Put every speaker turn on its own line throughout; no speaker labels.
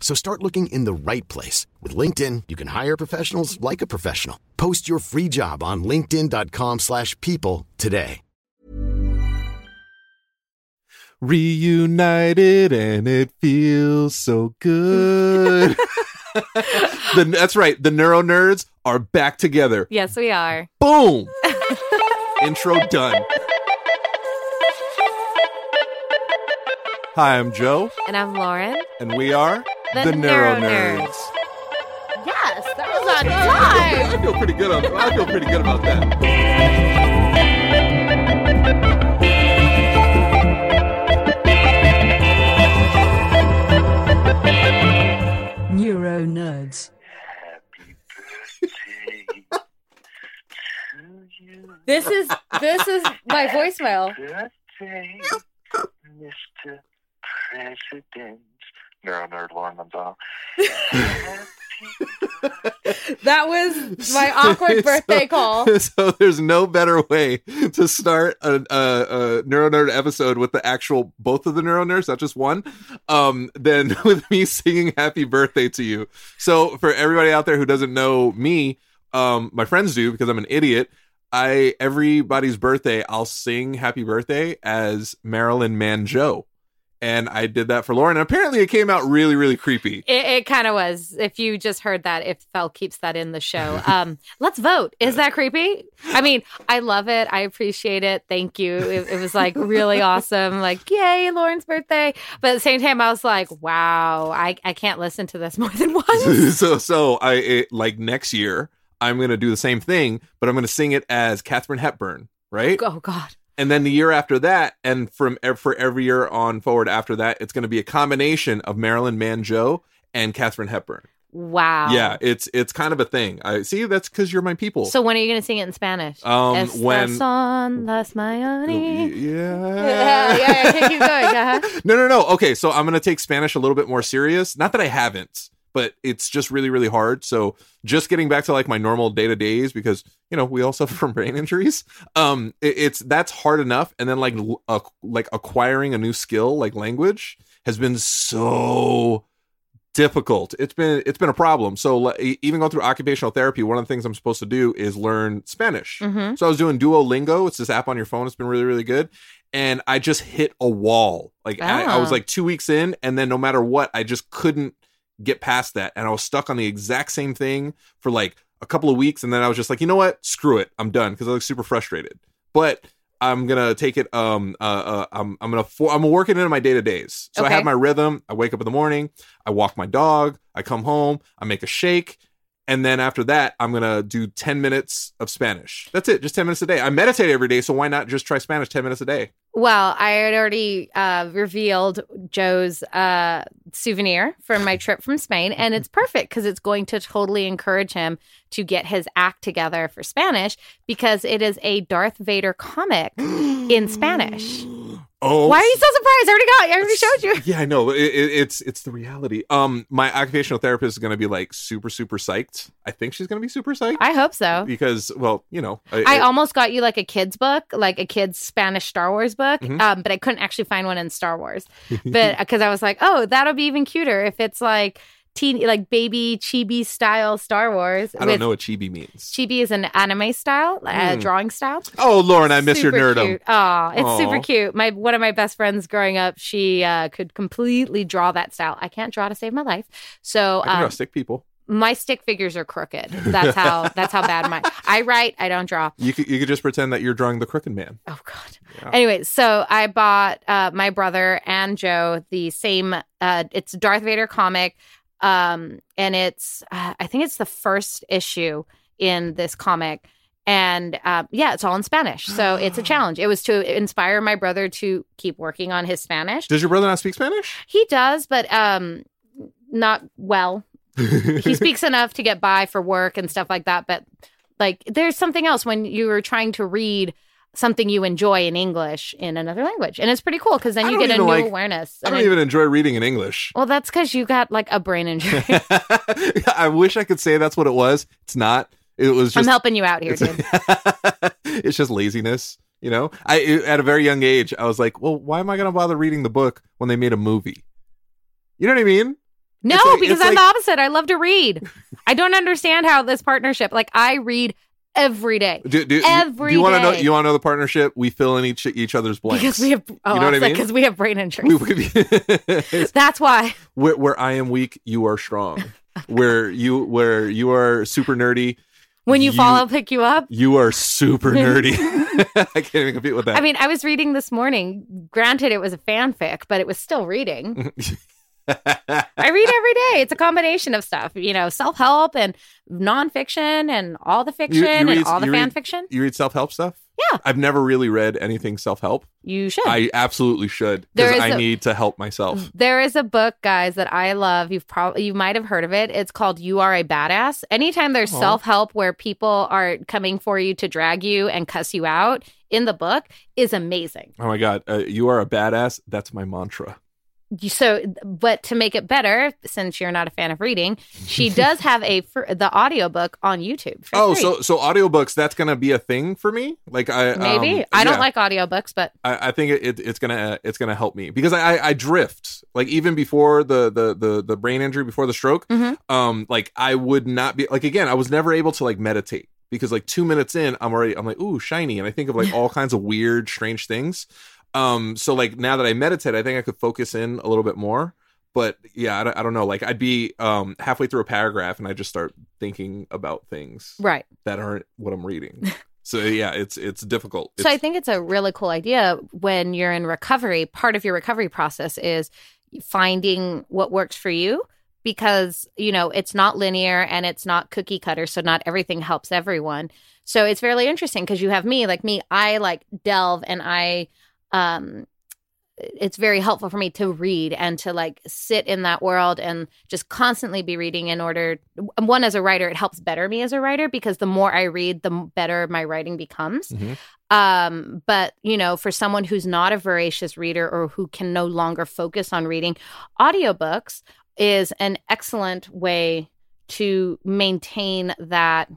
So start looking in the right place. With LinkedIn, you can hire professionals like a professional. Post your free job on linkedin.com/people slash people today.
reunited and it feels so good. the, that's right. The neuro nerds are back together.
Yes, we are.
Boom. Intro done. Hi, I'm Joe,
And I'm Lauren.
and we are
The
Neuro
Neuro Nerds.
Yes, that was on time.
I feel pretty good. on- I feel pretty good about that.
Neuro nerds.
This is this is my voicemail.
birthday, Mr. President. Neuro nerd Lauren Manzano.
That was my awkward
So-
birthday call.
So there's no better way to start a, a, a neuro nerd episode with the actual both of the neuro nerds, not just one, um, than with me singing "Happy Birthday" to you. So for everybody out there who doesn't know me, um, my friends do because I'm an idiot. I everybody's birthday, I'll sing "Happy Birthday" as Marilyn Manjo, and I did that for Lauren. And apparently, it came out really, really creepy.
It, it kind of was. If you just heard that, if Fel keeps that in the show, um, let's vote. Is that creepy? I mean, I love it. I appreciate it. Thank you. It, it was like really awesome. Like, yay, Lauren's birthday. But at the same time, I was like, wow, I, I can't listen to this more than once.
so so I it, like next year I'm gonna do the same thing, but I'm gonna sing it as Katherine Hepburn, right?
oh, God.
And then the year after that, and from ev- for every year on forward after that, it's gonna be a combination of Marilyn Manjo and Katherine Hepburn.
Wow.
Yeah, it's it's kind of a thing. I see. That's because you're my people.
So when are you going to sing it in Spanish?
Um,
Es
when-
la son las mañanas.
yeah.
yeah, yeah, yeah, keep- keep going, uh-huh.
no, no, no. Okay, so I'm gonna take Spanish a little bit more serious. Not that I haven't, but it's just really, really hard. So just getting back to like my normal day to days because you know we all suffer from brain injuries. Um, it- it's that's hard enough, and then like l- uh, like acquiring a new skill like language has been so difficult. It's been it's been a problem. So like, e- even going through occupational therapy, one of the things I'm supposed to do is learn Spanish.
Mhm.
So I was doing Duolingo. It's this app on your phone. It's been really, really good. And I just hit a wall. Like I, I was
Ah.
like two weeks in, and then no matter what, I just couldn't get past that. And I was stuck on the exact same thing for like a couple of weeks. And then I was just like, you know what? Screw it. I'm done because I was super frustrated. But I'm gonna take it. Um, uh, uh I'm I'm gonna for, I'm working into my day to days. So I
Okay.
have my rhythm. I wake up in the morning. I walk my dog. I come home. I make a shake. And then after that, I'm gonna do 10 minutes of Spanish. That's it, just 10 minutes a day. I meditate every day, so why not just try Spanish 10 minutes a day?
Well, I had already uh, revealed Joe's uh, souvenir from my trip from Spain, and it's perfect because it's going to totally encourage him to get his act together for Spanish because it is a Darth Vader comic in Spanish.
Oh,
Why are you so surprised? I already got. I already showed you.
Yeah, I know. It, it, it's it's the reality. Um, my occupational therapist is going to be like super super psyched. I think she's going to be super psyched
I hope so.
because, well, you know,
I
it-
almost got you like a kid's book, like a kid's Spanish Star Wars book,
Mhm.
um, but I couldn't actually find one in Star Wars. But because I was like, oh, that'll be even cuter if it's like teen, like baby chibi style Star Wars.
I don't
with-
know what chibi means.
Chibi is an anime style, uh,
Mm.
drawing style.
oh, Lauren, I miss your nerdum.
Oh, it's super
Aw.
cute. My one of my best friends growing up, she uh, could completely draw that style. I can't draw to save my life, so
I can
um,
draw stick people.
my stick figures are crooked. That's how. that's how bad my. I write. I don't draw.
You could you could just pretend that you're drawing the crooked man.
Oh God.
Yeah.
Anyway, so I bought uh, my brother and Joe the same. Uh, it's a Darth Vader comic, um, and it's uh, I think it's the first issue in this comic, and uh, yeah, it's all in Spanish. So it's a challenge. It was to inspire my brother to keep working on his Spanish.
Does your brother not speak Spanish?
He does, but um, not well he speaks enough to get by for work and stuff like that but like there's something else when you are trying to read something you enjoy in english in another language and it's pretty cool because then
I
you
don't
get a new
even like-
awareness
I
And
don't
then-
even enjoy reading in English.
well that's because you got like a brain injury
I wish I could say that's what it was. It's not. It was
i'm
just
helping you out here dude
it's, it's just laziness. You know, I at a very young age, I was like, well, why am I going to bother reading the book when they made a movie? You know what I mean?
no
like-
because
it's
i'm
like-
the opposite i love to read i don't understand how this partnership like i read every day
Do, do,
Every
do you want to know?
day.
You want to know the partnership? We fill in each each other's blanks
because we have oh
You know what I mean?
because we have brain injury
We- we-
that's why
where, where I am weak, you are strong. Where you where you are super nerdy,
when you,
You-
fall i'll pick you up
you are super nerdy. I can't even compete with that.
I mean, I was reading this morning. Granted, it was a fanfic, but it was still reading. I read every day. It's a combination of stuff, you know, self help and nonfiction and all the fiction
read-
and all the
you read-
fanfiction.
you read self help stuff?
Yeah.
I've never really read anything self help.
You should.
I absolutely should
There
because
is
I
a- Mm.
need to help myself.
there is a book, guys, that I love. You've probably you might have heard of it. It's called "You Are a Badass." Anytime there's
Aw.
self help where people are coming for you to drag you and cuss you out in the book is amazing.
Oh my god, uh, you are a badass. That's my mantra.
You- so but to make it better since you're not a fan of reading she does have a fr- the audiobook on youtube for
Oh,
free.
so so audiobooks that's going to be a thing for me? Like I
maybe
um,
i don't
yeah.
like audiobooks but
I, I think it, it, it's gonna it's gonna help me because I, I I drift like even before the the the the brain injury before the stroke
Mhm.
um like I would not be like again I was never able to like meditate because like two minutes in I'm already I'm like ooh shiny and I think of like all kinds of weird strange things um so like now that I meditate I think I could focus in a little bit more but yeah I don't, I don't know like I'd be um halfway through a paragraph and I just start thinking about things
right
that aren't what I'm reading so yeah it's it's difficult
so i
It's-
think it's a really cool idea when you're in recovery part of your recovery process is finding what works for you because you know it's not linear and it's not cookie cutter so not everything helps everyone so it's fairly interesting because you have me like me i like delve and i um it's very helpful for me to read and to like sit in that world and just constantly be reading in order one as a writer it helps better me as a writer because the more i read the better my writing becomes
Mhm.
um but you know for someone who's not a voracious reader or who can no longer focus on reading audiobooks is an excellent way to maintain that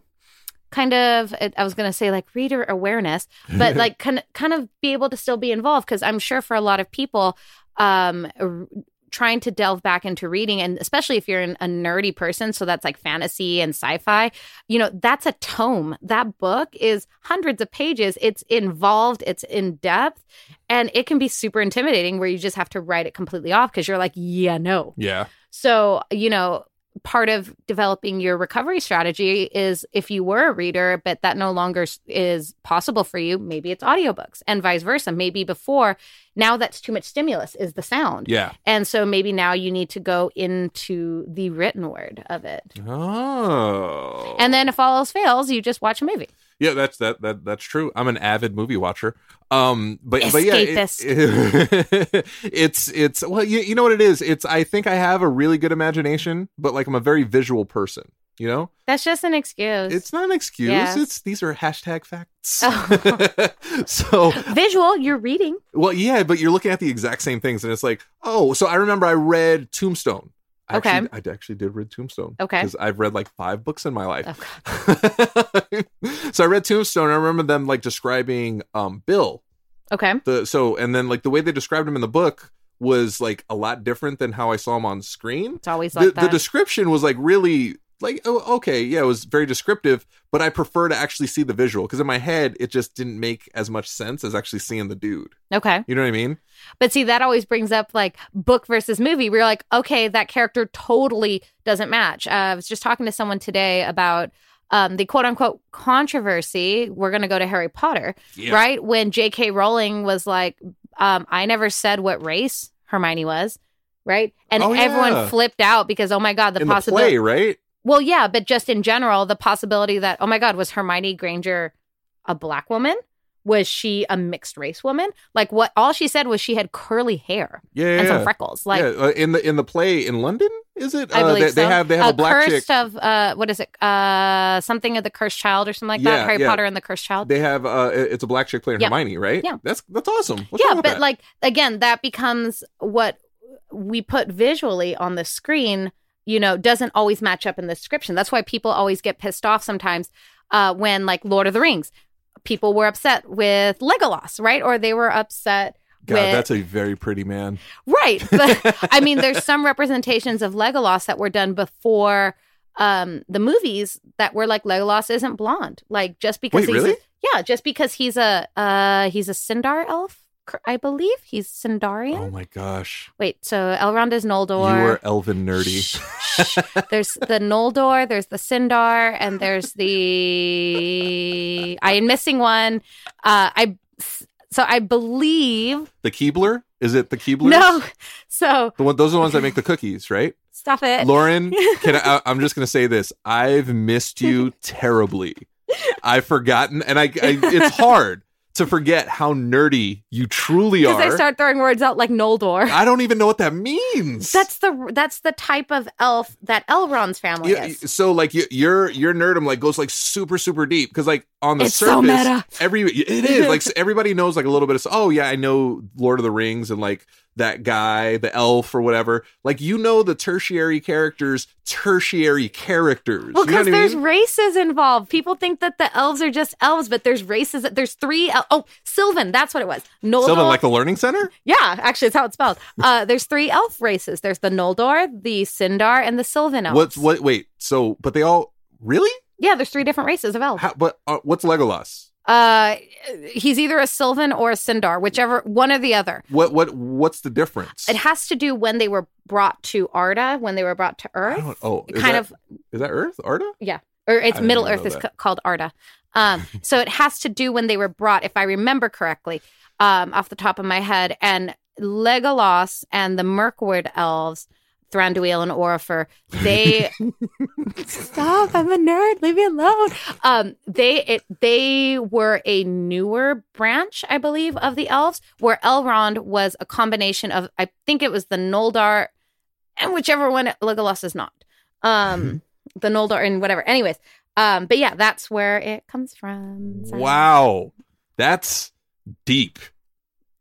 kind of i was going to say like reader awareness but like kind kind of be able to still be involved because I'm sure for a lot of people, um, r- trying to delve back into reading, and especially if you're an, a nerdy person, so that's like fantasy and sci-fi. You know, that's a tome. That book is hundreds of pages. It's involved. It's in depth, and it can be super intimidating where you just have to write it completely off because you're like, yeah, no.
yeah
So, you know, part of developing your recovery strategy is if you were a reader, but that no longer s- is possible for you, maybe it's audiobooks and vice versa. Maybe before, now that's too much stimulus is the sound.
yeah
And so maybe now you need to go into the written word of it.
Oh.
And then if all else fails, you just watch a movie.
Yeah, that's that that that's true. I'm an avid movie watcher. Um, but but yeah, it- it's it's well, you, you know what it is. It's I think I have a really good imagination, but like I'm a very visual person. You know,
That's just an excuse.
it's not an excuse.
Yes.
It's these are hashtag facts.
Oh.
so
visual. You're reading.
well, yeah, but you're looking at the exact same things, and it's like, oh, so I remember I read Tombstone. I
Okay.
actually, I actually did read Tombstone.
Okay.
because I've read like five books in my
Oh,
life. so I read Tombstone. I remember them like describing um Bill.
Okay.
The so and then like the way they described him in the book was like a lot different than how I saw him on screen.
It's always
The,
like
the
that.
description was like really like oh okay yeah it was very descriptive, but I prefer to actually see the visual because in my head it just didn't make as much sense as actually seeing the dude.
okay.
You know what I mean?
But see, that always brings up like book versus movie. We're like, okay, that character totally doesn't match. Uh, I was just talking to someone today about um, the quote unquote controversy. We're going to go to Harry Potter,
Yeah.
right? When J.K. Rowling was like, um, I never said what race Hermione was, right? And
Oh, yeah.
everyone flipped out because, oh my God, the
in the play,
possibility.
right?
well, yeah, but just in general, the possibility that, oh my God, was Hermione Granger a black woman? Was she a mixed race woman? Like, what all she said was she had curly hair
Yeah, yeah,
and some
yeah.
freckles. Like,
Yeah, uh, in the in the play in London, is it?
I
Uh,
believe
they, they
so.
have they have a, black chick.
cursed of, uh, what is it? Uh, something of the cursed child or something like
Yeah,
that. Harry
yeah.
Potter and the cursed child.
They have uh, it- it's a black chick playing
Yeah.
Hermione, right?
Yeah.
that's that's awesome. What's
yeah,
wrong
but
with that?
like, again, that becomes what we put visually on the screen, you know, doesn't always match up in the description. That's why people always get pissed off sometimes uh, when, like, Lord of the Rings. People were upset with Legolas, right? Or they were upset
God,
with
that's a very pretty man.
Right. But I mean, there's some representations of Legolas that were done before um, the movies that were like Legolas isn't blonde. Like just because
Wait,
he's
really?
a, yeah, just because he's a uh, he's a Sindar elf, cr- I believe. He's Sindarian.
Oh my gosh,
Wait, so Elrond is
you are
Noldor.
elven nerdy.
there's the Noldor, there's the Sindar, and there's the I am missing one. Uh, I so I believe
the Keebler is it the Keebler?
no. So
the one. Those are the ones that make the cookies, right?
stop it.
Lauren, can I, I, am just gonna say this. I've missed you terribly. I've forgotten, and I, I it's hard to forget how nerdy you truly are.
Because I start throwing words out like Noldor.
I don't even know what that means.
That's the that's the type of elf that Elrond's family
Yeah,
is.
so like y- your your nerdum like goes like super super deep because like on the
It's
surface
so meta.
every it is like so everybody knows like a little bit of oh yeah I know Lord of the Rings and like that guy the elf or whatever like you know the tertiary characters tertiary characters
Well,
You know
because
what I
there's
mean?
races involved. People think that the elves are just elves, but there's races. that- There's three. El- oh, Sylvan. That's what it was. Noldor.
Sylvan like the learning center
yeah, actually, it's how it's spelled. Uh, there's three elf races. There's the Noldor, the Sindar, and the Sylvan elves.
what's what wait so but they all really
Yeah, there's three different races of elves.
How, but uh, what's Legolas
Uh, he's either a Sylvan or a Sindar, whichever one or the other.
what what what's the difference
It has to do when they were brought to Arda, when they were brought to
I
Earth.
don't, oh
It
is
kind
that-
of
is that Earth Arda
or
I
it's
didn't
Middle
even
Earth
know
is
that.
c- called Arda. Um, so it has to do when they were brought, if I remember correctly, um, off the top of my head. And Legolas and the Mirkwood elves, Thranduil and Orifer, they stop. Ah, I'm a nerd. Leave me alone. Um, they it, they were a newer branch, I believe, of the elves, where Elrond was a combination of I think it was the Noldar and whichever one Legolas is not. Um,
Mm-hmm.
the Noldor and whatever. Anyways, um, but yeah, that's where it comes from. So-
Wow. That's deep.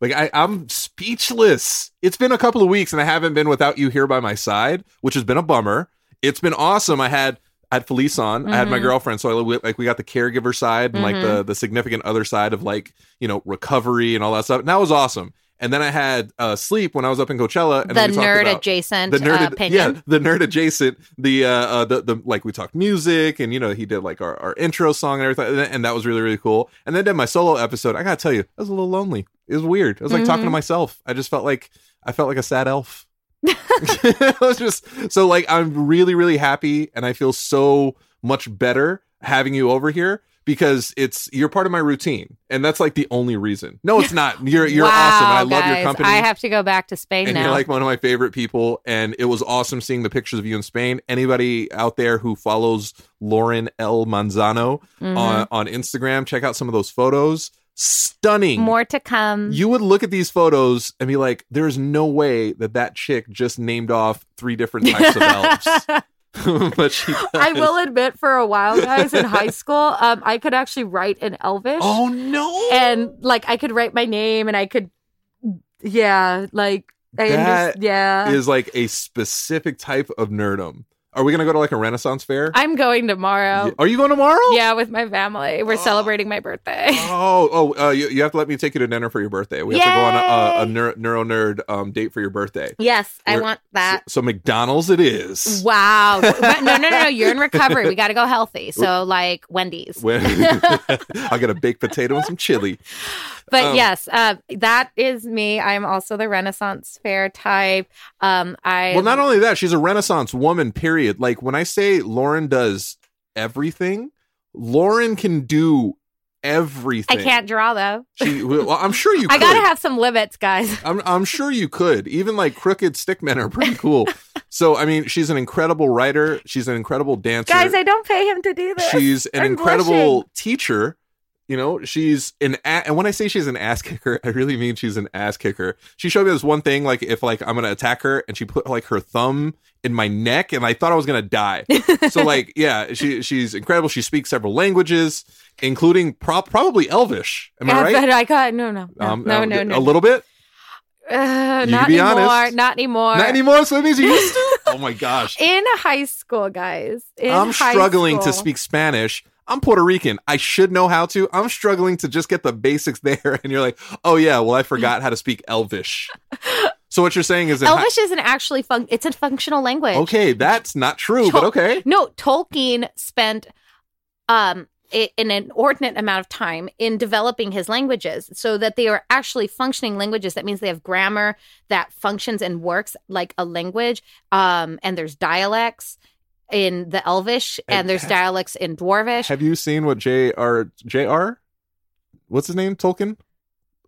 Like I, I'm speechless. It's been a couple of weeks and I haven't been without you here by my side, which has been a bummer. It's been awesome. I had I had Felice on. I had my
Mhm.
girlfriend, so I we- like we got the caregiver side and like
Mm-hmm.
the the significant other side of like you know recovery and all that stuff. And that was awesome. And then I had uh, sleep when I was up in Coachella. And
The
then we talked
nerd
about-
adjacent
the nerd,
uh, opinion.
yeah, the nerd adjacent, the uh, uh, the the like we talked music, and you know he did like our, our intro song and everything, and, and that was really really cool. And then did my solo episode. I gotta tell you, I was a little lonely. It was weird. I was like talking
Mm-hmm.
to myself. I just felt like I felt like a sad elf. it was just so like I'm really really happy, and I feel so much better having you over here because it's you're part of my routine, and that's like the only reason. No, it's not. You're you're
Wow,
awesome. And I love
guys,
your company.
I have to go back to Spain
and
now.
you're like one of my favorite people, and it was awesome seeing the pictures of you in Spain. Anybody out there who follows Lauren L. Manzano
Mhm.
on, on Instagram, check out some of those photos. Stunning.
More to come.
you would look at these photos and be like, there is no way that that chick just named off three different types of elves. but she does.
I will admit, for a while, guys, in high school, um, I could actually write in Elvish,
Oh, no.
and like I could write my name, and I could, yeah, like I
That
understand. yeah.
is like a specific type of nerdum. Are we going to go to like a Renaissance fair?
I'm going tomorrow.
Y- Are you going tomorrow?
Yeah, with my family, we're celebrating my birthday.
Oh, oh, uh, you, you have to let me take you to dinner for your birthday. We have to go on a, a, a neuro, neuro nerd um, date for your birthday.
yes, I
We're-
want that.
So, so McDonald's it is.
Wow. But no, no, no, no. You're in recovery. We got to go healthy. So, like Wendy's.
When- I'll get a baked potato and some chili.
But
Um,
yes, uh, that is me. I'm also the Renaissance fair type. Um, I
Well, not only that, she's a Renaissance woman, period. Like when I say Lauren does everything, Lauren can do
I
everything.
can't draw though.
She, well, I'm sure you
I
could.
gotta have some limits, guys.
I'm, I'm sure you could. Even like crooked stick men are pretty cool. so, I mean, she's an incredible writer. She's an incredible dancer.
guys, I don't pay him to do this.
she's an
I'm
incredible teacher. You know, she's an a- and when I say she's an ass kicker, I really mean she's an ass kicker. She showed me this one thing, like if like I'm gonna attack her, and she put like her thumb in my neck, and I thought I was gonna die. so like, yeah, she she's incredible. She speaks several languages, including pro- probably Elvish. Am I
I,
right?
bet I got no, no, no, no, no, no.
Um, a little bit,
Uh,
You
not
be
anymore.
honest.
Not anymore.
not anymore. So that means you used to. Oh my gosh,
In high school, guys. In
I'm
high
struggling to
school.
speak Spanish. I'm Puerto Rican. I should know how to. I'm struggling to just get the basics there. And you're like, oh yeah, well I forgot how to speak Elvish. so what you're saying is, in hi-
Elvish isn't actually fun. It's a functional language.
okay, that's not true,
Cho-
but okay.
No, Tolkien spent um i- an inordinate amount of time in developing his languages so that they are actually functioning languages. That means they have grammar that functions and works like a language. Um, and there's dialects in the Elvish, and,
And
there's
ha-
dialects in Dwarvish.
Have you seen what J.R. J.R. What's his name? Tolkien,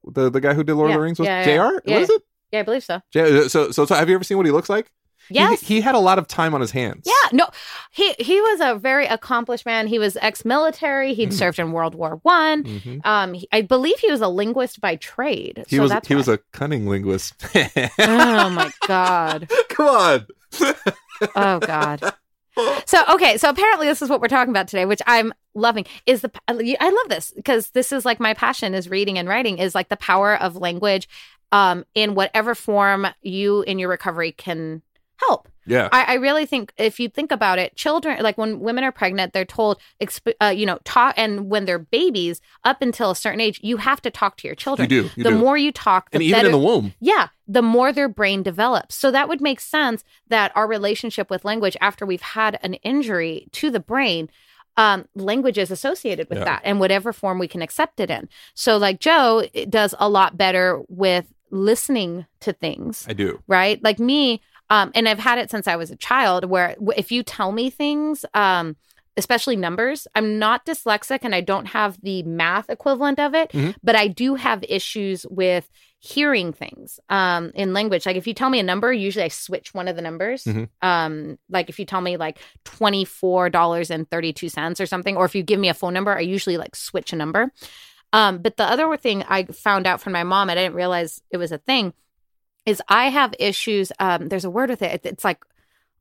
the the guy who did Lord of
Yeah,
the Rings. Was
yeah, yeah,
J.R. What is
yeah.
it?
yeah, I believe so.
J- so, so so have you ever seen what he looks like? He-
Yes.
he, had a lot of time on his hands.
Yeah, no, he he was a very accomplished man. He was ex-military. He'd
Mm-hmm.
served in World War One.
Mhm.
Um, he- I believe he was a linguist by trade.
He
so
was
that's
he
why.
was a cunning linguist.
oh my god.
Come on.
Oh god. So okay, so apparently this is what we're talking about today, which I'm loving. Is the I love this because this is like my passion is reading and writing is like the power of language um in whatever form you in your recovery can help.
Yeah.
I, I really think if you think about it, children like when women are pregnant, they're told, exp- uh, you know, talk, and when they're babies up until a certain age, you have to talk to your
you
children.
do. You
the
do.
more you talk, the
and even
better.
in the womb.
Yeah, the more their brain develops. So that would make sense that our relationship with language after we've had an injury to the brain, um, language is associated with
Yeah.
that and whatever form we can accept it in. So, like Joe it does a lot better with listening to things
I do.
right? Like me, um, and I've had it since I was a child, where w- if you tell me things, um, especially numbers, I'm not dyslexic and I don't have the math equivalent of it,
Mhm.
but I do have issues with hearing things um, in language. Like if you tell me a number, usually I switch one of the numbers.
Mhm.
Um, like if you tell me like $24.32 or something, or if you give me a phone number, I usually like switch a number. Um, but the other thing I found out from my mom, and I didn't realize it was a thing, is I have issues. Um, there's a word with it. It's like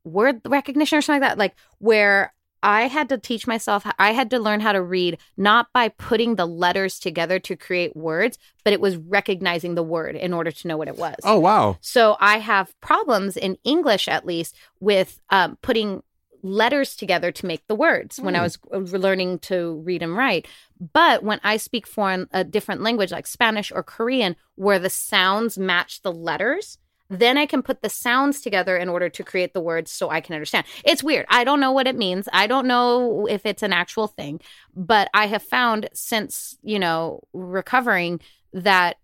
word recognition or something like that. Like where I had to teach myself. I had to learn how to read not by putting the letters together to create words, but it was recognizing the word in order to know what it was.
Oh wow.
So I have problems in English, at least, with um, putting letters together to make the words when I was uh, learning to read and write. But when I speak foreign, a different language like Spanish or Korean, where the sounds match the letters, then I can put the sounds together in order to create the words so I can understand. It's weird. I don't know what it means. I don't know if it's an actual thing, but I have found since, you know, recovering that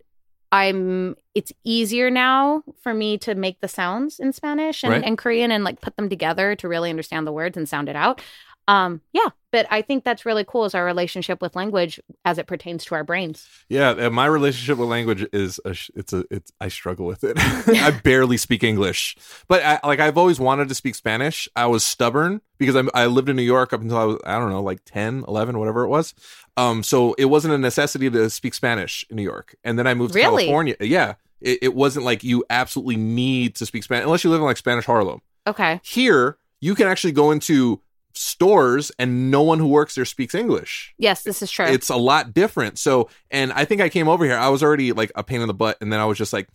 I'm it's easier now for me to make the sounds in Spanish and,
Right.
and Korean and like put them together to really understand the words and sound it out. um, yeah, but I think that's really cool is our relationship with language as it pertains to our brains.
Yeah, and my relationship with language is a, sh- it's a it's I struggle with it. I barely speak English, but I, like I've always wanted to speak Spanish. I was stubborn because I, I lived in New York up until I was I don't know like 10, 11, whatever it was. Um, so it wasn't a necessity to speak Spanish in New York, and then I moved to
Really?
California. Yeah, it, it wasn't like you absolutely need to speak Spanish unless you live in like Spanish Harlem.
Okay.
Here, you can actually go into stores and no one who works there speaks English
Yes, this is true.
it's a lot different. So, and I think I came over here. I was already like a pain in the butt, and then I was just like,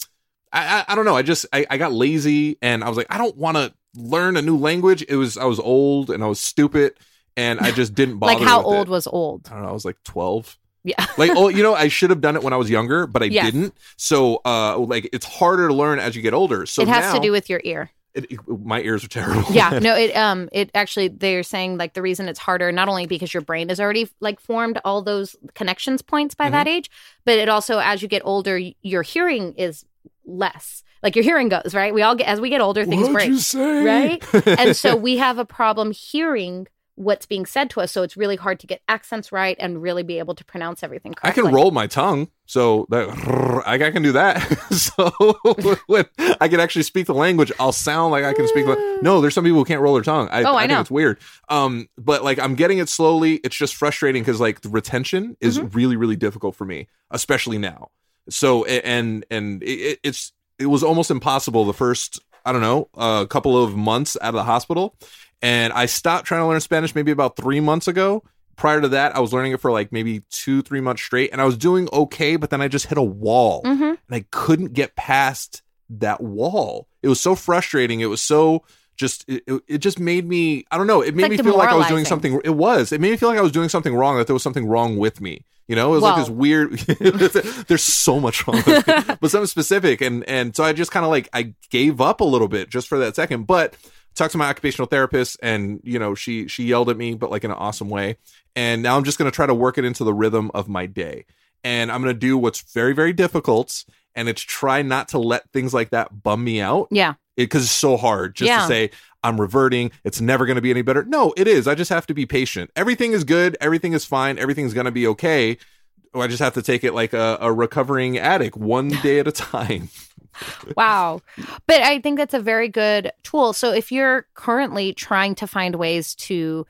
I, I, I don't know. I just I, I got lazy, and I was like, I don't want to learn a new language. It was I was old and I was stupid, and I just didn't bother.
like how
with
old
it.
was old?
I don't know. I was like twelve.
Yeah.
Like oh, you know, I should have done it when I was younger, but I
Yeah.
didn't. So, uh, like it's harder to learn as you get older. So
it has
now,
to do with your ear.
it, it- my ears are terrible.
Yeah. No, it um it actually they're saying like the reason it's harder not only because your brain has already like formed all those connections points by
Mm-hmm.
that age, but it also as you get older y- your hearing is less. Like your hearing goes, right? We all get as we get older things
What'd
break.
you say?
right? and so we have a problem hearing what's being said to us. So it's really hard to get accents right and really be able to pronounce everything
I
correctly.
can roll my tongue, so that I, I can do that. so when I can actually speak the language, I'll sound like I can speak. The, no, there's some people who can't roll their tongue. I,
Oh, I
think
know.
it's weird. Um, but like I'm getting it slowly. It's just frustrating because like the retention is
Mm-hmm.
really really difficult for me, especially now. So a- and and it- it, it's it was almost impossible the first I don't know a couple of months out of the hospital, and I stopped trying to learn Spanish maybe about three months ago prior to that i was learning it for like maybe two three months straight and i was doing okay but then i just hit a wall
Mhm.
and i couldn't get past that wall it was so frustrating it was so just it, it- it just made me i don't know it made
like
me feel like i was doing
demoralizing.
something it was it made me feel like i was doing something wrong that there was something wrong with me you know it was like
Well-
this weird there's so much wrong with me, but something specific and and so i just kind of like i gave up a little bit just for that second but talked to my occupational therapist and you know she she yelled at me but like in an awesome way and now i'm just going to try to work it into the rhythm of my day and i'm going to do what's very very difficult and it's try not to let things like that bum me out
Yeah.
because it's so hard just to
Yeah.
say i'm reverting it's never going to be any better no it is i just have to be patient everything is good everything is fine everything's going to be okay i just have to take it like a, a recovering addict one day at a time
Wow. But I think that's a very good tool. So if you're currently trying to find ways to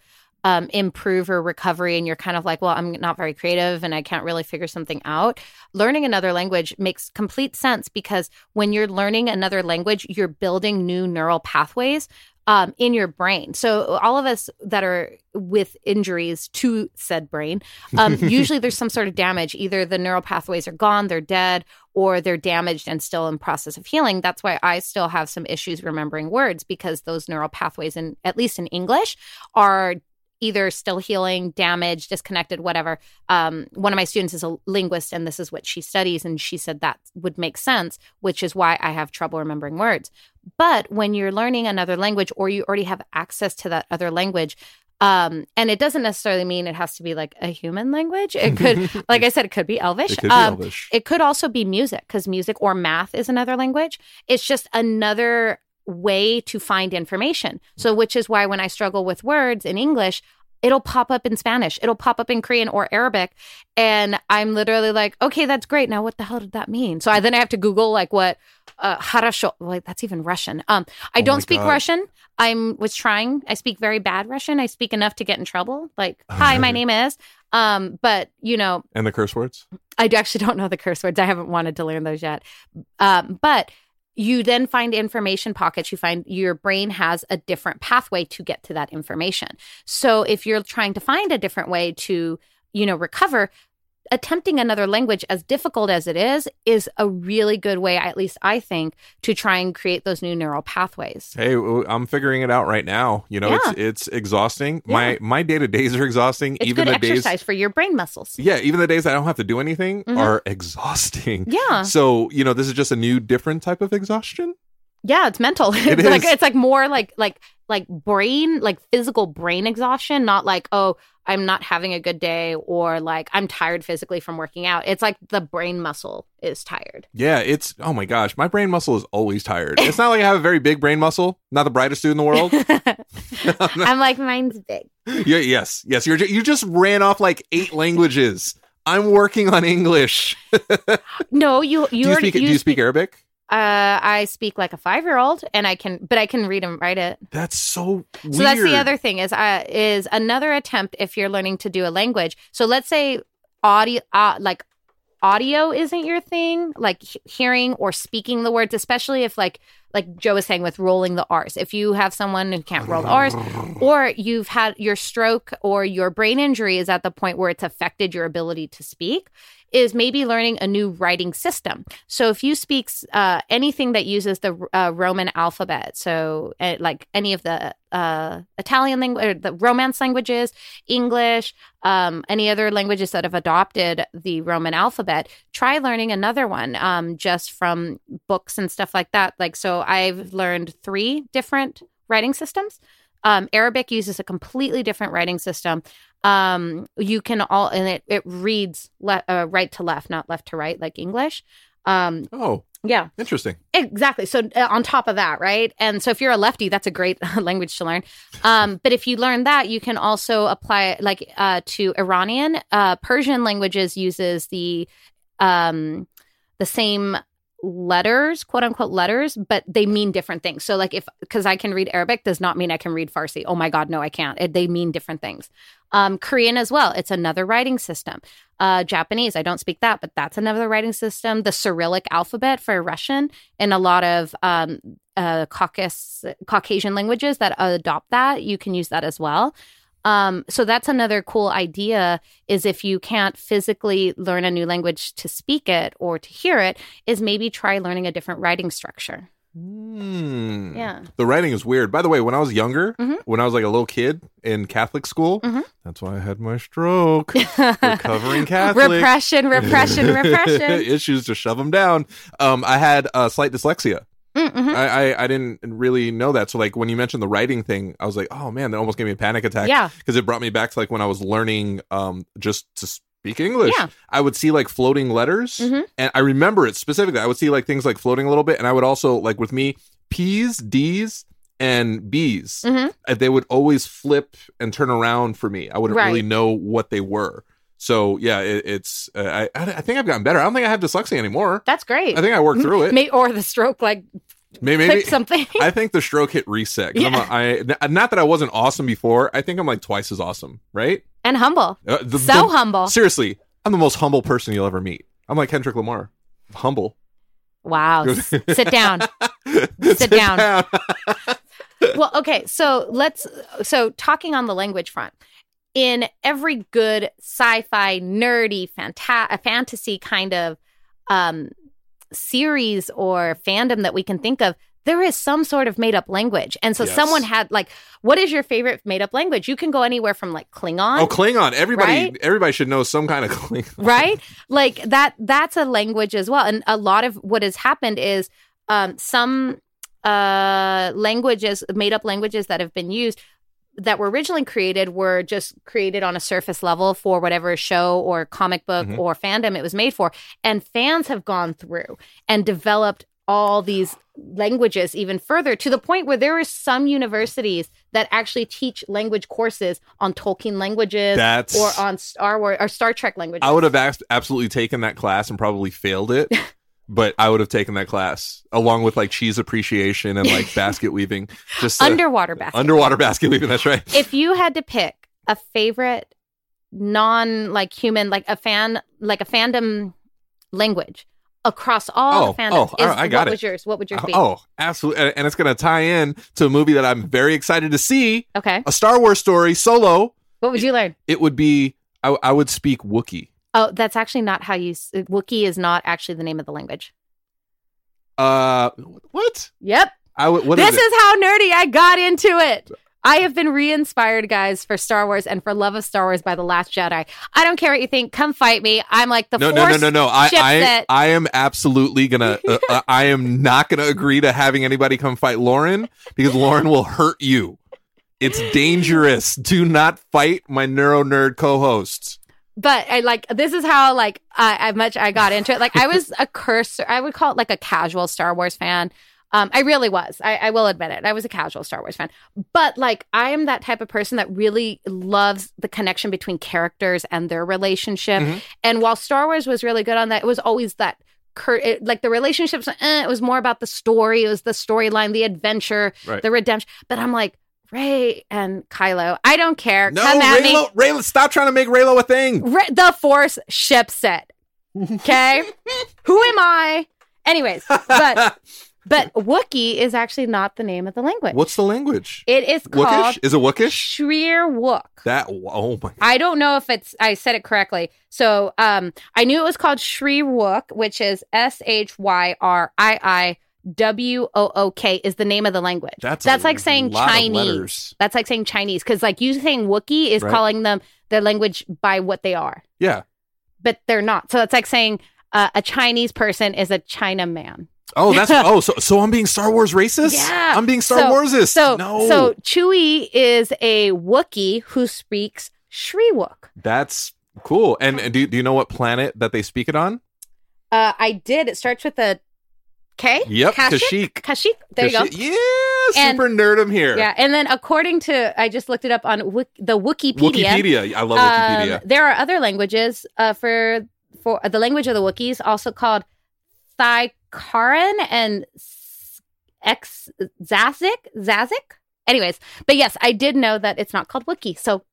um, improve your recovery and you're kind of like, well, I'm not very creative and I can't really figure something out, learning another language makes complete sense because when you're learning another language, you're building new neural pathways. Um, in your brain. So, all of us that are with injuries to said brain, um, usually there's some sort of damage. Either the neural pathways are gone, they're dead, or they're damaged and still in process of healing that's why i still have some issues remembering words because those neural pathways in at least in english are either still healing damaged disconnected whatever um, one of my students is a linguist and this is what she studies and she said that would make sense which is why i have trouble remembering words but when you're learning another language or you already have access to that other language um, and it doesn't necessarily mean it has to be like a human language it could like i said it could be elvish
it could be
Um,
Elvish.
it could also be music because music or math is another language. It's just another way to find information. So, which is why when I struggle with words in English, it'll pop up in Spanish, it'll pop up in Korean or Arabic. And I'm literally like, okay, that's great. Now, what the hell did that mean? So I then I have to Google like what uh, harasho. Wait, that's even Russian. Um,
Oh
I
my
don't speak
God.
Russian. I'm was trying. I speak very bad Russian. I speak enough to get in trouble. Like,
Oh
hi, my name is. Um, but you know,
and the curse words
I actually don't know the curse words. I haven't wanted to learn those yet. Um, but you then find information pockets. You find your brain has a different pathway to get to that information. So if you're trying to find a different way to, you know, recover, attempting another language, as difficult as it is, is a really good way, at least I think, to try and create those new neural pathways.
Hey, w- I'm figuring it out right now. You know, it's it's exhausting. My my day to days are exhausting.
It's
even
good
the
exercise
days,
for your brain muscles.
yeah, even the days I don't have to do anything
Mhm.
are exhausting.
Yeah.
So you know, this is just a new, different type of exhaustion.
Yeah, it's mental.
It
it's like
is.
it's like more like like like brain like physical brain exhaustion, not like oh I'm not having a good day or like I'm tired physically from working out. It's like the brain muscle is tired.
Yeah, it's oh my gosh, my brain muscle is always tired. It's not like I have a very big brain muscle. Not the brightest dude in the world.
I'm like mine's big.
Yeah, yes, yes. You're ju- you just ran off like eight languages. I'm working on English.
No, you you,
do you
already,
speak? do you speak Arabic?
Uh, I speak like a five year old, and I can, but I can read and write it.
That's so. Weird.
So that's the other thing is uh, is another attempt if you're learning to do a language. So let's say audio uh, like audio isn't your thing, like he- hearing or speaking the words, especially if like like Joe was saying with rolling the R's. If you have someone who can't roll the R's, or you've had your stroke or your brain injury is at the point where it's affected your ability to speak, is maybe learning a new writing system. So if you speak uh, anything that uses the uh, Roman alphabet, so uh, like any of the uh, Italian language, or the Romance languages, English, um, any other languages that have adopted the Roman alphabet, try learning another one um, just from books and stuff like that. Like, so I've learned three different writing systems. Um, Arabic uses a completely different writing system. Um, you can all, and it, it reads le- uh, right to left, not left to right, like English. Um,
Oh,
yeah.
interesting.
Exactly. So uh, on top of that, right? And so if you're a lefty, that's a great language to learn. Um, but if you learn that, you can also apply it like uh, to Iranian. Uh, Persian languages uses the um, the same letters, quote unquote letters, but they mean different things. So like if because I can read Arabic does not mean I can read Farsi. Oh my God, no, I can't. It, they mean different things. Um, Korean as well. It's another writing system uh, Japanese. I don't speak that, but that's another writing system. The Cyrillic alphabet for Russian and a lot of um, uh, Caucus Caucasian languages that adopt that. You can use that as well. Um, so that's another cool idea is if you can't physically learn a new language to speak it or to hear it, is maybe try learning a different writing structure.
Hmm.
Yeah.
The writing is weird. By the way, when I was younger,
Mhm.
when I was like a little kid in Catholic school,
Mhm.
that's why I had my stroke. Recovering Catholic.
repression, repression, repression.
Issues to shove them down. Um, I had uh, slight dyslexia.
Mm, mhm.
I, I I didn't really know that. So like when you mentioned the writing thing, I was like, oh man, that almost gave me a panic attack.
Yeah.
because it brought me back to like when I was learning um just to speak English.
Yeah.
I would see like floating letters,
Mhm.
and I remember it specifically. I would see like things like floating a little bit, and I would also like with me P's, D's, and B's.
Mhm.
uh, They would always flip and turn around for me. I wouldn't really
Right.
know what they were. So yeah, it, it's uh, I I I think I've gotten better. I don't think I have dyslexia anymore.
That's great.
I think I worked through it.
May- or the stroke like
May-
clicked something.
I think the stroke hit reset. 'cause I'm
Yeah.
a- I- n- not that I wasn't awesome before. I think I'm like twice as awesome, right?
and humble.
Uh, the-
so
the-
humble.
Seriously, I'm the most humble person you'll ever meet. I'm like Kendrick Lamar. Humble.
Wow. S- sit down.
Sit
down. Well, okay. So let's, so talking on the language front, in every good sci fi, nerdy, fanta- uh, fantasy kind of um, series or fandom that we can think of, there is some sort of made up language. And so
Yes.
someone had, like, what is your favorite made up language? You can go anywhere from like Klingon.
Oh, Klingon. Everybody,
Right?
everybody should know some kind of Klingon.
right like that that's a language as well and a lot of what has happened is um some uh languages made up languages that have been used that were originally created were just created on a surface level for whatever show or comic book
Mhm.
or fandom it was made for and fans have gone through and developed all these languages even further to the point where there are some universities that actually teach language courses on Tolkien languages
That's-
or on Star Wars or Star Trek languages.
I would have asked, absolutely taken that class and probably failed it, but I would have taken that class along with like cheese appreciation and like basket weaving. Just uh,
underwater basket.
underwater basket weaving. That's right.
if you had to pick a favorite non like human like a fan like a fandom language across all
Oh,
the fandoms,
oh, I- I got
what
it.
was yours? What would yours be?
Oh, absolutely. And, and it's going to tie in to a movie that I'm very excited to see
Okay.
a Star Wars story solo.
What would you learn?
It would be, I, I would speak Wookiee.
Oh, that's actually not how you. s- Wookiee is not actually the name of the language.
Uh, what?
Yep.
I would, what is
this
it?
is how nerdy I got into it. I have been re-inspired, guys, for Star Wars and for love of Star Wars by The Last Jedi. I don't care what you think. Come fight me. I'm like the
no, no,
Force.
no, no, no. I,
ships
I,
it.
I am absolutely gonna. Uh, uh, I am not gonna agree to having anybody come fight Lauren because Lauren will hurt you. It's dangerous. Do not fight my neuro nerd co-hosts.
but I like this is how like I I much I got into it. Like I was a cursor. I would call it like a casual Star Wars fan. Um, I really was. I, I will admit it. I was a casual Star Wars fan. But like, I am that type of person that really loves the connection between characters and their relationship.
Mhm.
And while Star Wars was really good on that, it was always that. Cur- it, like the relationships, eh, it was more about the story. It was the storyline, the adventure,
Right.
the redemption. But I'm like Ray and Kylo. I don't care.
No,
Come at me.
Raylo, Raylo, stop trying to make Raylo a thing.
Re- the Force ships it. Okay, who am I? Anyways, but but Wookiee is actually not the name of the language.
What's the language?
It is called
Wookish? Is it Wookish?
Shreer Wook.
That oh my god.
I don't know if it's I said it correctly. So um I knew it was called Shri Wook, which is S H Y R I I W O O K is the name of the language.
That's a
That's like saying
lot of
Chinese.
letters.
That's like saying Chinese cuz like you saying Wookiee is
Right.
calling them their language by what they are,
Yeah.
but they're not. So it's like saying uh, a Chinese person is a China man.
Oh, that's oh. So so I'm being Star Wars racist.
Yeah.
I'm being Star
so,
Warsist.
So,
no.
so Chewie is a Wookiee who speaks Shri Wook.
that's cool. And and do do you know what planet that they speak it on?
Uh, I did. It starts with a K.
Yep, Kashyyyk.
Kashik. There you go.
Does she- Yeah,
And-
super nerdum here.
Yeah, and then according to I just looked it up on Wik- the Wikipedia.
Wikipedia. I love Wikipedia.
um, there are other languages uh, for for the language of the Wookiees, also called Thykaran and S- Ex Zazic Zazic. Anyways, but yes, I did know that it's not called Wookiee. So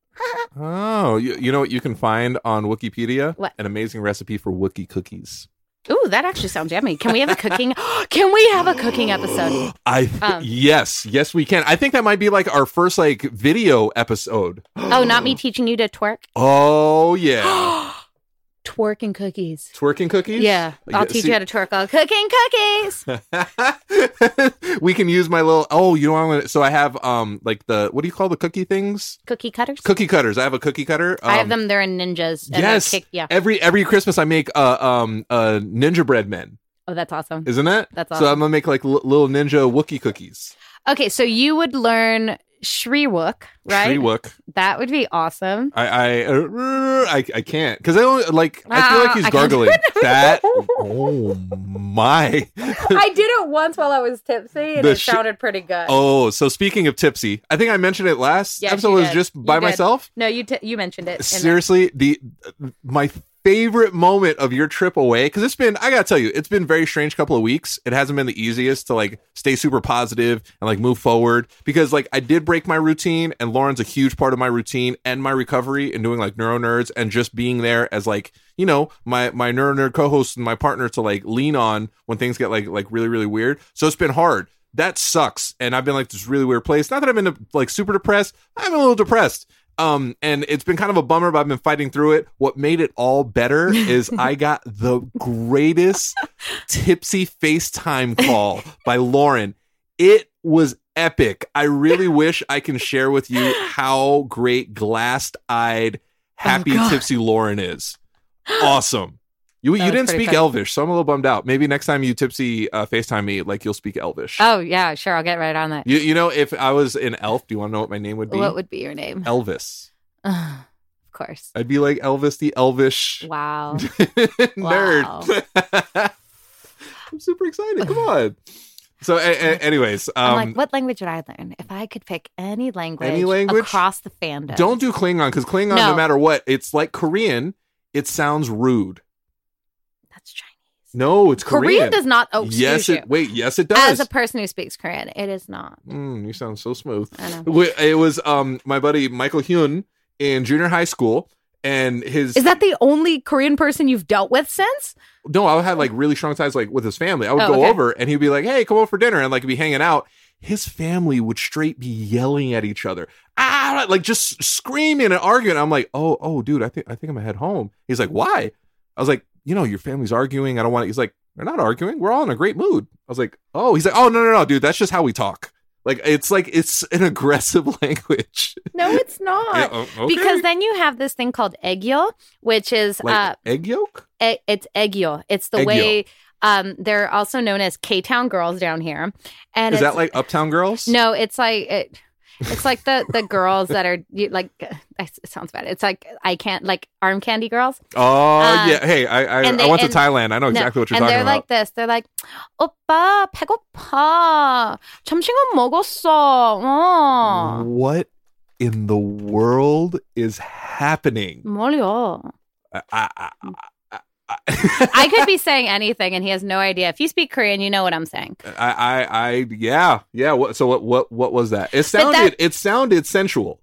Oh, you, you know what you can find on Wikipedia?
What?
An amazing recipe for Wookie cookies.
ooh, that actually sounds yummy. Can we have a cooking? Can we have a cooking episode?
I th-
Um.
yes, yes we can. I think that might be like our first like video episode.
Oh, not me teaching you to twerk.
Oh yeah,
Twerk and cookies.
twerking cookies. uh,
Yeah, I'll teach you how to twerk on cooking cookies.
to. we can use my little. Oh, you know what I'm gonna. So I have um like the what do you call the cookie things?
Cookie cutters.
Cookie cutters. I have a cookie cutter.
I have
Um,
them. They're in ninjas. And
yes.
I kick, yeah.
Every every Christmas I make uh um uh ninja bread men,
Oh, that's awesome.
isn't it?
That's
So I'm
awesome.
gonna make like l- little ninja Wookie cookies.
Okay, so you would learn Shri Wook, right?
Tree Wook.
That would be awesome.
I I uh, I, I can't because I don't like I feel
Ah,
like he's
I can't do
gargling. That oh my
I did it once while I was tipsy,
and The it sh- sounded
pretty good.
oh. So speaking of tipsy, I think I mentioned it last
Yes,
episode.
you
I was
did.
just
You
by
did.
myself.
No, you t- you mentioned it. in the-
Seriously, the my favorite moment of your trip away because it's been I gotta tell you it's been a very strange couple of weeks. It hasn't been the easiest to like stay super positive and like move forward because like I did break my routine and Lauren's a huge part of my routine and my recovery and doing like neuro nerds and just being there as like you know my my neuro nerd co-host and my partner to like lean on when things get like like really really weird. So it's been hard that sucks and i've been like this really weird place not that i've been like super depressed i'm a little depressed um and it's been kind of a bummer but i've been fighting through it what made it all better is i got the greatest tipsy facetime call by lauren it was epic i really wish i can share with you how great
Oh,
glassed-eyed happy tipsy lauren is awesome you, you
was
didn't
pretty
speak
funny.
elvish so i'm a little bummed out maybe next time you tipsy uh, facetime me like you'll speak elvish
Oh, yeah, sure. I'll get right on that.
you, you know, if I was an elf, do you want to know what my name would be?
What would be your name?
Elvis.
Ugh, of course.
I'd be like Elvis the Elvish
Wow.
nerd. I'm super excited. Come on. So, a- a- anyways,
I'm
um,
like, what language would I learn if I could pick any language,
language?
across the fandom?
don't do Klingon because Klingon, no.
No.
matter what, it's like Korean. It sounds rude.
That's Chinese.
No, it's Korean.
Korean does not. Oh, excuse
yes,
you.
it. Wait, yes, it
As
does.
a person who speaks Korean, it is not.
Mm, you sound so smooth.
I know.
Wi- It was um my buddy Michael Hyun in junior high school, and his
Is that the only Korean person you've dealt with since?
No, I would have like really strong ties like with his family. I would
Oh,
go
okay.
over and he'd be like, "Hey, come over for dinner," and like be hanging out. His family would straight be yelling at each other, ah, like just screaming and arguing. I'm like, "Oh, oh, dude, I think I think I'm gonna head home." He's like, "Why?" I was like, "You know, your family's arguing. I don't want it." He's like, "They're not arguing. We're all in a great mood." I was like, "Oh," he's like, "Oh, no, no, no, dude, that's just how we talk." Like it's like it's an aggressive language.
No, it's not.
Yeah, oh, okay.
Because then you have this thing called egyo, which is
like
uh,
egg yolk.
e- it's egyo. It's the
Egyo.
way um, they're also known as K Town girls down here, and
Is
it's,
that like Uptown Girls?
no, it's like it, It's like the the girls that are you, like it sounds bad. It's like I can't like arm candy girls.
Oh
Um,
yeah. Hey, I I,
and
I
they-
went
and-
to Thailand. I know
No,
Oh, exactly what you're
and
talking
they're
about.
like this. They're like, "오빠 배고파. 점심은 먹었어. 어.
What in the world is happening?
뭘요?"
I, I, I, I, I,
I could be saying anything, and he has no idea. If you speak Korean, you know what I'm saying.
I, I, I- yeah, yeah. What, so what, what, what was that? It
that-
sounded, it sounded sensual.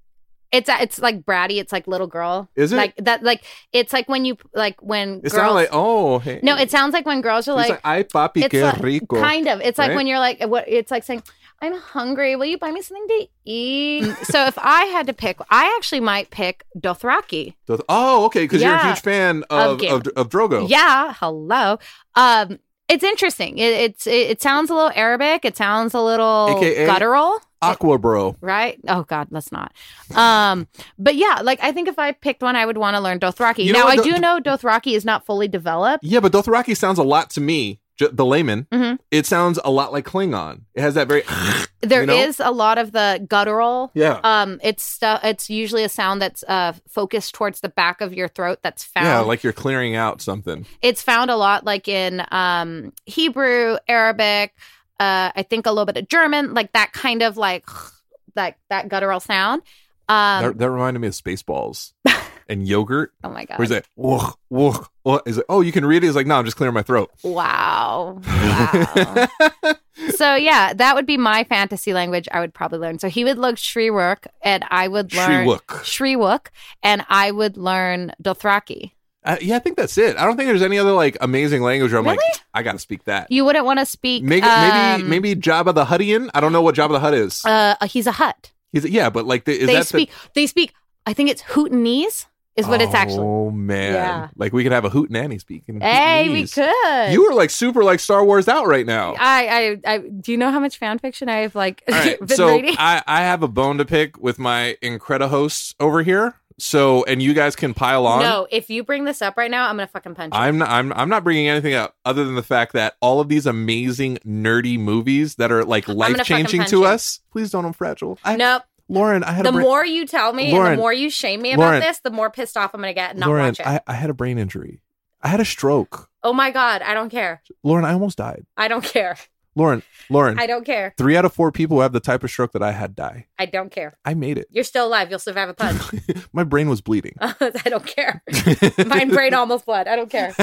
It's uh, it's like bratty. It's like little girl.
Is it?
like that? Like it's like when you like when
It
girls,
sounded like, oh, hey.
no. It sounds like when girls are
It's
like
ay, papi,
it's
que
like-
rico.
kind of. It's like
right?
when you're like what? It's like saying. I'm hungry. Will you buy me something to eat? so if I had to pick, I actually might pick Dothraki.
Doth- oh, okay, because you're a
Yeah.
huge fan
Of
of
Game-
of, of, Drogo.
Yeah, hello. Um, it's interesting. It, it's it, it sounds a little Arabic. It sounds a little
AKA
guttural.
Aqua Bro.
right? Oh God, let's not. Um, but yeah, like I think if I picked one, I would want to learn Dothraki.
You know
now I
what,
do
Do-
know Dothraki is not fully developed.
Yeah, but Dothraki sounds a lot to me. J- the layman,
Mhm.
it sounds a lot like Klingon. It has that very
There is
You know?
a lot of the guttural.
yeah.
Um, it's stu- it's usually a sound that's uh focused towards the back of your throat. That's found.
Yeah, like you're clearing out something.
it's found a lot, like in um Hebrew, Arabic. Uh, I think a little bit of German, like that kind of like like that guttural sound. Um,
that, that reminded me of Spaceballs and yogurt.
oh my god!
Where he's like, "Woof, woof, woof." He's like, oh, you can read it. He's like, no, I'm just clearing my throat.
Wow. Wow. so yeah, that would be my fantasy language I would probably learn. So he would look Shriwook and I would learn
Shriwook.
Shriwook and I would learn Dothraki.
I, Uh, yeah, I think that's it. I don't think there's any other like amazing language where I'm like, I gotta speak that.
You wouldn't want to speak
Maybe,
um,
maybe, maybe Jabba the Huttian. I don't know what Jabba the Hut is.
uh he's a hut.
He's yeah, but like, the, is
They
that
speak they speak I think it's Hootenese
the,
is what it's actually.
Oh man,
Yeah.
like we could have a hoot nanny speaking.
Hey, we
Hootenese.
could.
You are like super like Star Wars out right now.
I, I I do you know how much fan fiction I've like
All right,
been
so
reading?
I, I have a bone to pick with my Incredihosts over here. So, and you guys can pile on.
No, if you bring this up right now, I'm gonna fucking punch you.
I'm not, I'm I'm not bringing anything up other than the fact that all of these amazing nerdy movies that are like
gonna fucking
life changing
punch
to
you.
us. Please don't. I'm fragile. I,
nope.
Lauren, I had
the
a brain,
more you tell me and
Lauren,
the more you shame me about
Lauren,
this, the more pissed off I'm going to get and not
Lauren.
watch it.
I, I had a brain injury. I had a stroke.
oh my God. I don't care.
Lauren, I almost died.
I don't care.
Lauren, Lauren.
I don't care.
three out of four people who have the type of stroke that I had die.
I don't care.
I made it.
You're still alive. You'll survive a punch.
my brain was bleeding.
I don't care. Mine brain almost blood. I don't care.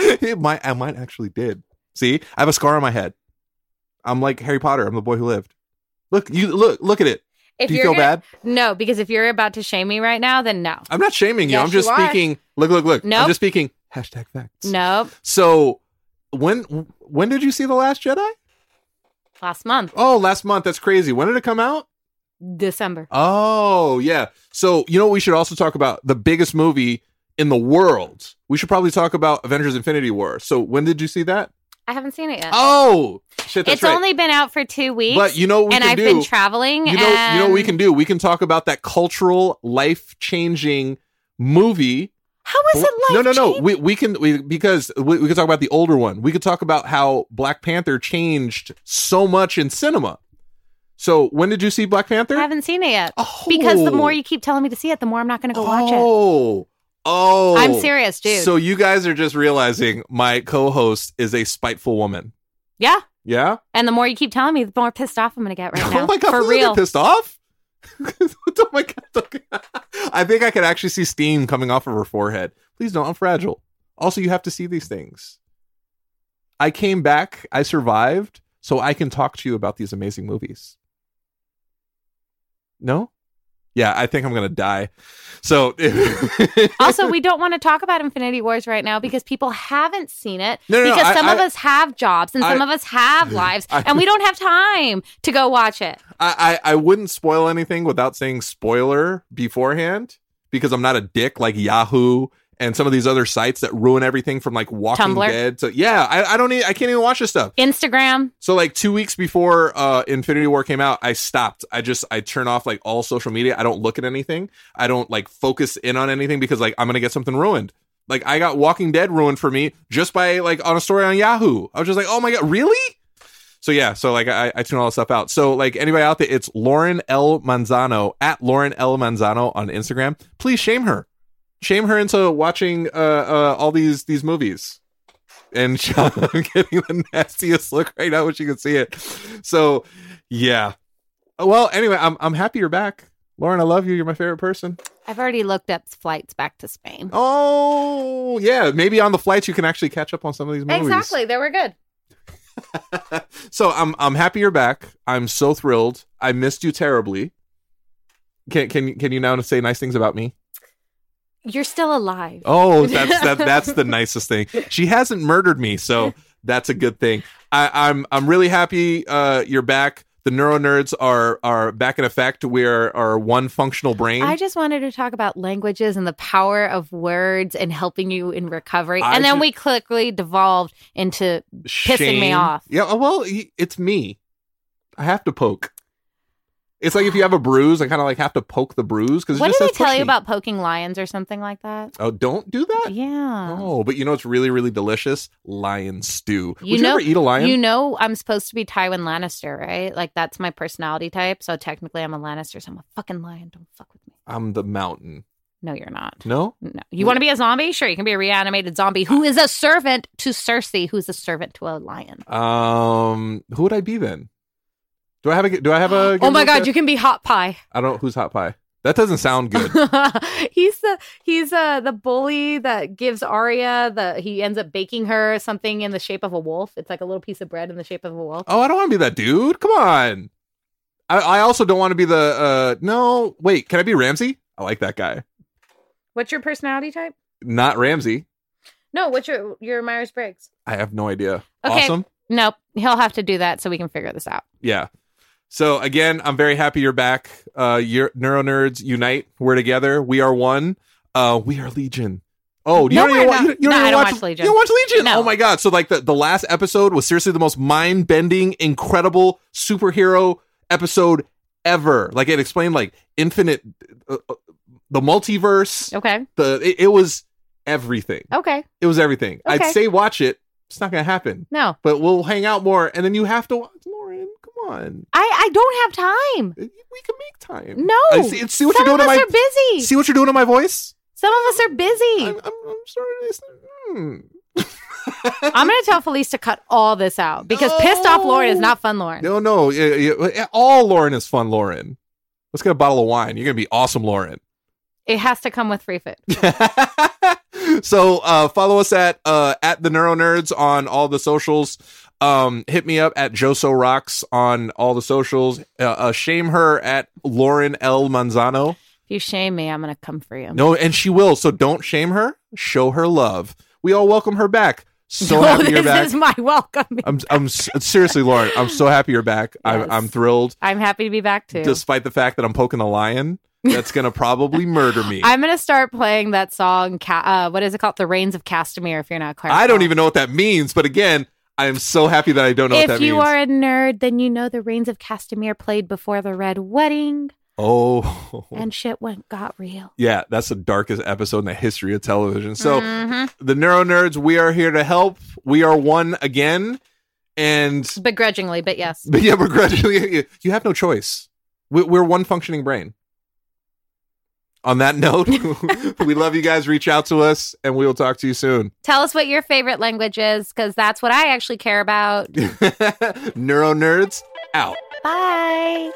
it might, I might actually did. See, I have a scar on my head. I'm like Harry Potter. I'm the boy who lived. Look, you look, look at it.
If
Do you
are
feel
gonna,
bad? Uh,
No, because if you're about to shame me right now, then no.
I'm not shaming you.
Yes,
I'm just
you are.
speaking. Look, look, look.
Nope.
I'm just speaking. Hashtag facts.
Nope.
So when when did you see the Last Jedi?
Last month,
Oh, last month. That's crazy. When did it come out?
December.
Oh yeah. So you know what we should also talk about the biggest movie in the world. We should probably talk about Avengers: Infinity War. So when did you see that?
I haven't seen it yet.
Oh shit, that's
Uh, it's
right.
only been out for two weeks.
But you know what we
and
can
I've
do.
been traveling.
you know, you know what we
and-
can do. We can talk about that cultural, life changing movie.
How is it
no,
life?
no, no. We we can we, because we, we can talk about the older one. We could talk about how Black Panther changed so much in cinema. So when did you see Black Panther?
I haven't seen it yet.
Oh.
Because the more you keep telling me to see it, the more I'm not going to go watch it.
Oh, oh.
I'm serious, dude.
So you guys are just realizing my co-host is a spiteful woman.
yeah.
Yeah.
And the more you keep telling me, the more pissed off I'm going to get right now.
Oh my god,
for
please don't
real.
get pissed off. oh my god. I think I can actually see steam coming off of her forehead. Please don't, I'm fragile. Also, you have to see these things. I came back, I survived, so I can talk to you about these amazing movies. No? Yeah, I think I'm gonna die. So
also, we don't want to talk about Infinity Wars right now because people haven't seen it.
No, no, no,
because
I-
some of
I-
us have jobs and some
I-
of us have lives,
I-
and we don't have time to go watch it.
I, I I wouldn't spoil anything without saying spoiler beforehand because I'm not a dick like Yahoo and some of these other sites that ruin everything from like Walking
Tumblr.
Dead. So yeah, I, I don't need, I can't even watch this stuff.
Instagram.
So like two weeks before uh, Infinity War came out, I stopped. I just I turn off like all social media. I don't look at anything. I don't like focus in on anything because like I'm gonna get something ruined. Like I got Walking Dead ruined for me just by like on a story on Yahoo. I was just like, oh my god, really? So yeah, so like I, I tune all this stuff out. So like anybody out there, it's Lauren L Manzano at Lauren L Manzano on Instagram. Please shame her, shame her into watching uh, uh all these these movies. And I'm getting the nastiest look right now, which you can see it. So yeah. Oh, Well, anyway, I'm I'm happy you're back, Lauren. I love you. You're my favorite person.
I've already looked up flights back to Spain.
Oh yeah, maybe on the flights you can actually catch up on some of these movies.
Exactly. They were good.
so I'm I'm happy you're back. I'm so thrilled. I missed you terribly. Can can can you now say nice things about me?
You're still alive.
Oh, that's that, that's the nicest thing. She hasn't murdered me, so that's a good thing. I, I'm I'm really happy uh, you're back. The neuro nerds are are back in effect. We are, are one functional brain.
I just wanted to talk about languages and the power of words and helping you in recovery.
I
and then
ju-
we quickly devolved into pissing me
Shame.
off.
Yeah, oh, well, y- it's me. I have to poke. It's like if you have a bruise, I kind of like have to poke the bruise because
What
just
did they
says
tell
push
you
me.
about poking lions or something like that?
Oh, don't do that.
Yeah.
Oh, but you know it's really, really delicious? Lion stew.
You
Would
know-
you ever eat a lion?
You know, I'm supposed to be Tywin Lannister, right? Like, that's my personality type. So technically, I'm a Lannister. So I'm a fucking lion. Don't fuck with me.
I'm the mountain.
No, you're not.
No?
No. You want to be a zombie? Sure. You can be a reanimated zombie who is a servant to Cersei, who's a servant to a lion.
Um, who would I be then? Do I have a? Do I have a?
oh my God, you can be Hot Pie.
I don't. Who's hot pie? That doesn't sound good.
he's the he's uh, the bully that gives Arya the he ends up baking her something in the shape of a wolf. It's like a little piece of bread in the shape of a wolf.
oh, I don't want to be that dude. Come on. I, I also don't want to be the. uh No, wait. Can I be Ramsey? I like that guy.
What's your personality type?
Not Ramsey.
No, what's your your Myers Briggs?
I have no idea.
Okay.
Awesome.
Nope. He'll have to do that so we can figure this out.
yeah so again i'm very happy you're back uh your neuro nerds unite we're together we are one uh we are legion oh you
No,
don't even
we're
watch,
not.
you don't
No,
even
I don't
watch,
watch Legion.
you don't watch legion
No.
oh my god so like the, the last episode was seriously the most mind-bending incredible superhero episode ever like it explained like infinite uh, uh, the multiverse
Okay.
the it, it was everything
Okay.
it was everything i'd
Okay.
say watch it it's not gonna happen
No.
but we'll hang out more and then you have to watch lauren come on
I I don't have time.
we can make time.
No.
I see, see what
Some
you're
of
doing to
us
my
are busy.
see what you're doing to my voice.
Some of us are busy.
I'm,
I'm,
I'm, I'm sorry. It's, hmm.
going to tell Felice to cut all this out because pissed off Lauren is not fun Lauren.
No, no. yeah, yeah, All Lauren is fun, Lauren. Let's get a bottle of wine. You're gonna be awesome, Lauren.
It has to come with free food.
so uh, follow us at uh, at the Neuro Nerds on all the socials. Um, hit me up at Joso Rocks on all the socials. Uh, uh, shame her at Lauren L Manzano.
If you shame me, I'm going to come for you.
No, and she will. So don't shame her. Show her love. We all welcome her back. So
No,
happy
this
you're back.
is my welcome.
I'm, I'm s- seriously, Lauren. I'm so happy you're back.
Yes.
I'm, I'm thrilled,
I'm happy to be back too.
despite the fact that I'm poking a lion. That's gonna probably murder me. I,
I'm going to start playing that song. Ca- uh, what is it called? The Reigns of Castamere, if you're not clear.
don't even know what that means. But again, I am so happy that I don't know
if
what that
you
means.
are a nerd, then you know the reigns of Castamere played before the Red Wedding,
oh,
and shit went got real.
yeah, that's the darkest episode in the history of television. So
Mm-hmm.
the Neuro Nerds, we are here to help. We are one again, and
begrudgingly, but yes,
But yeah, begrudgingly, you- you have no choice. We- We're one functioning brain. On that note, we love you guys. Reach out to us, and we will talk to you soon.
tell us what your favorite language is, because that's what I actually care about.
Neuro nerds out.
Bye.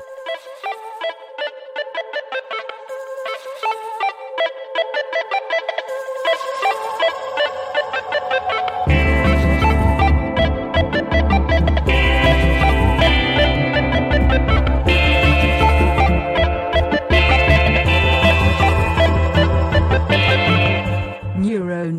Neuro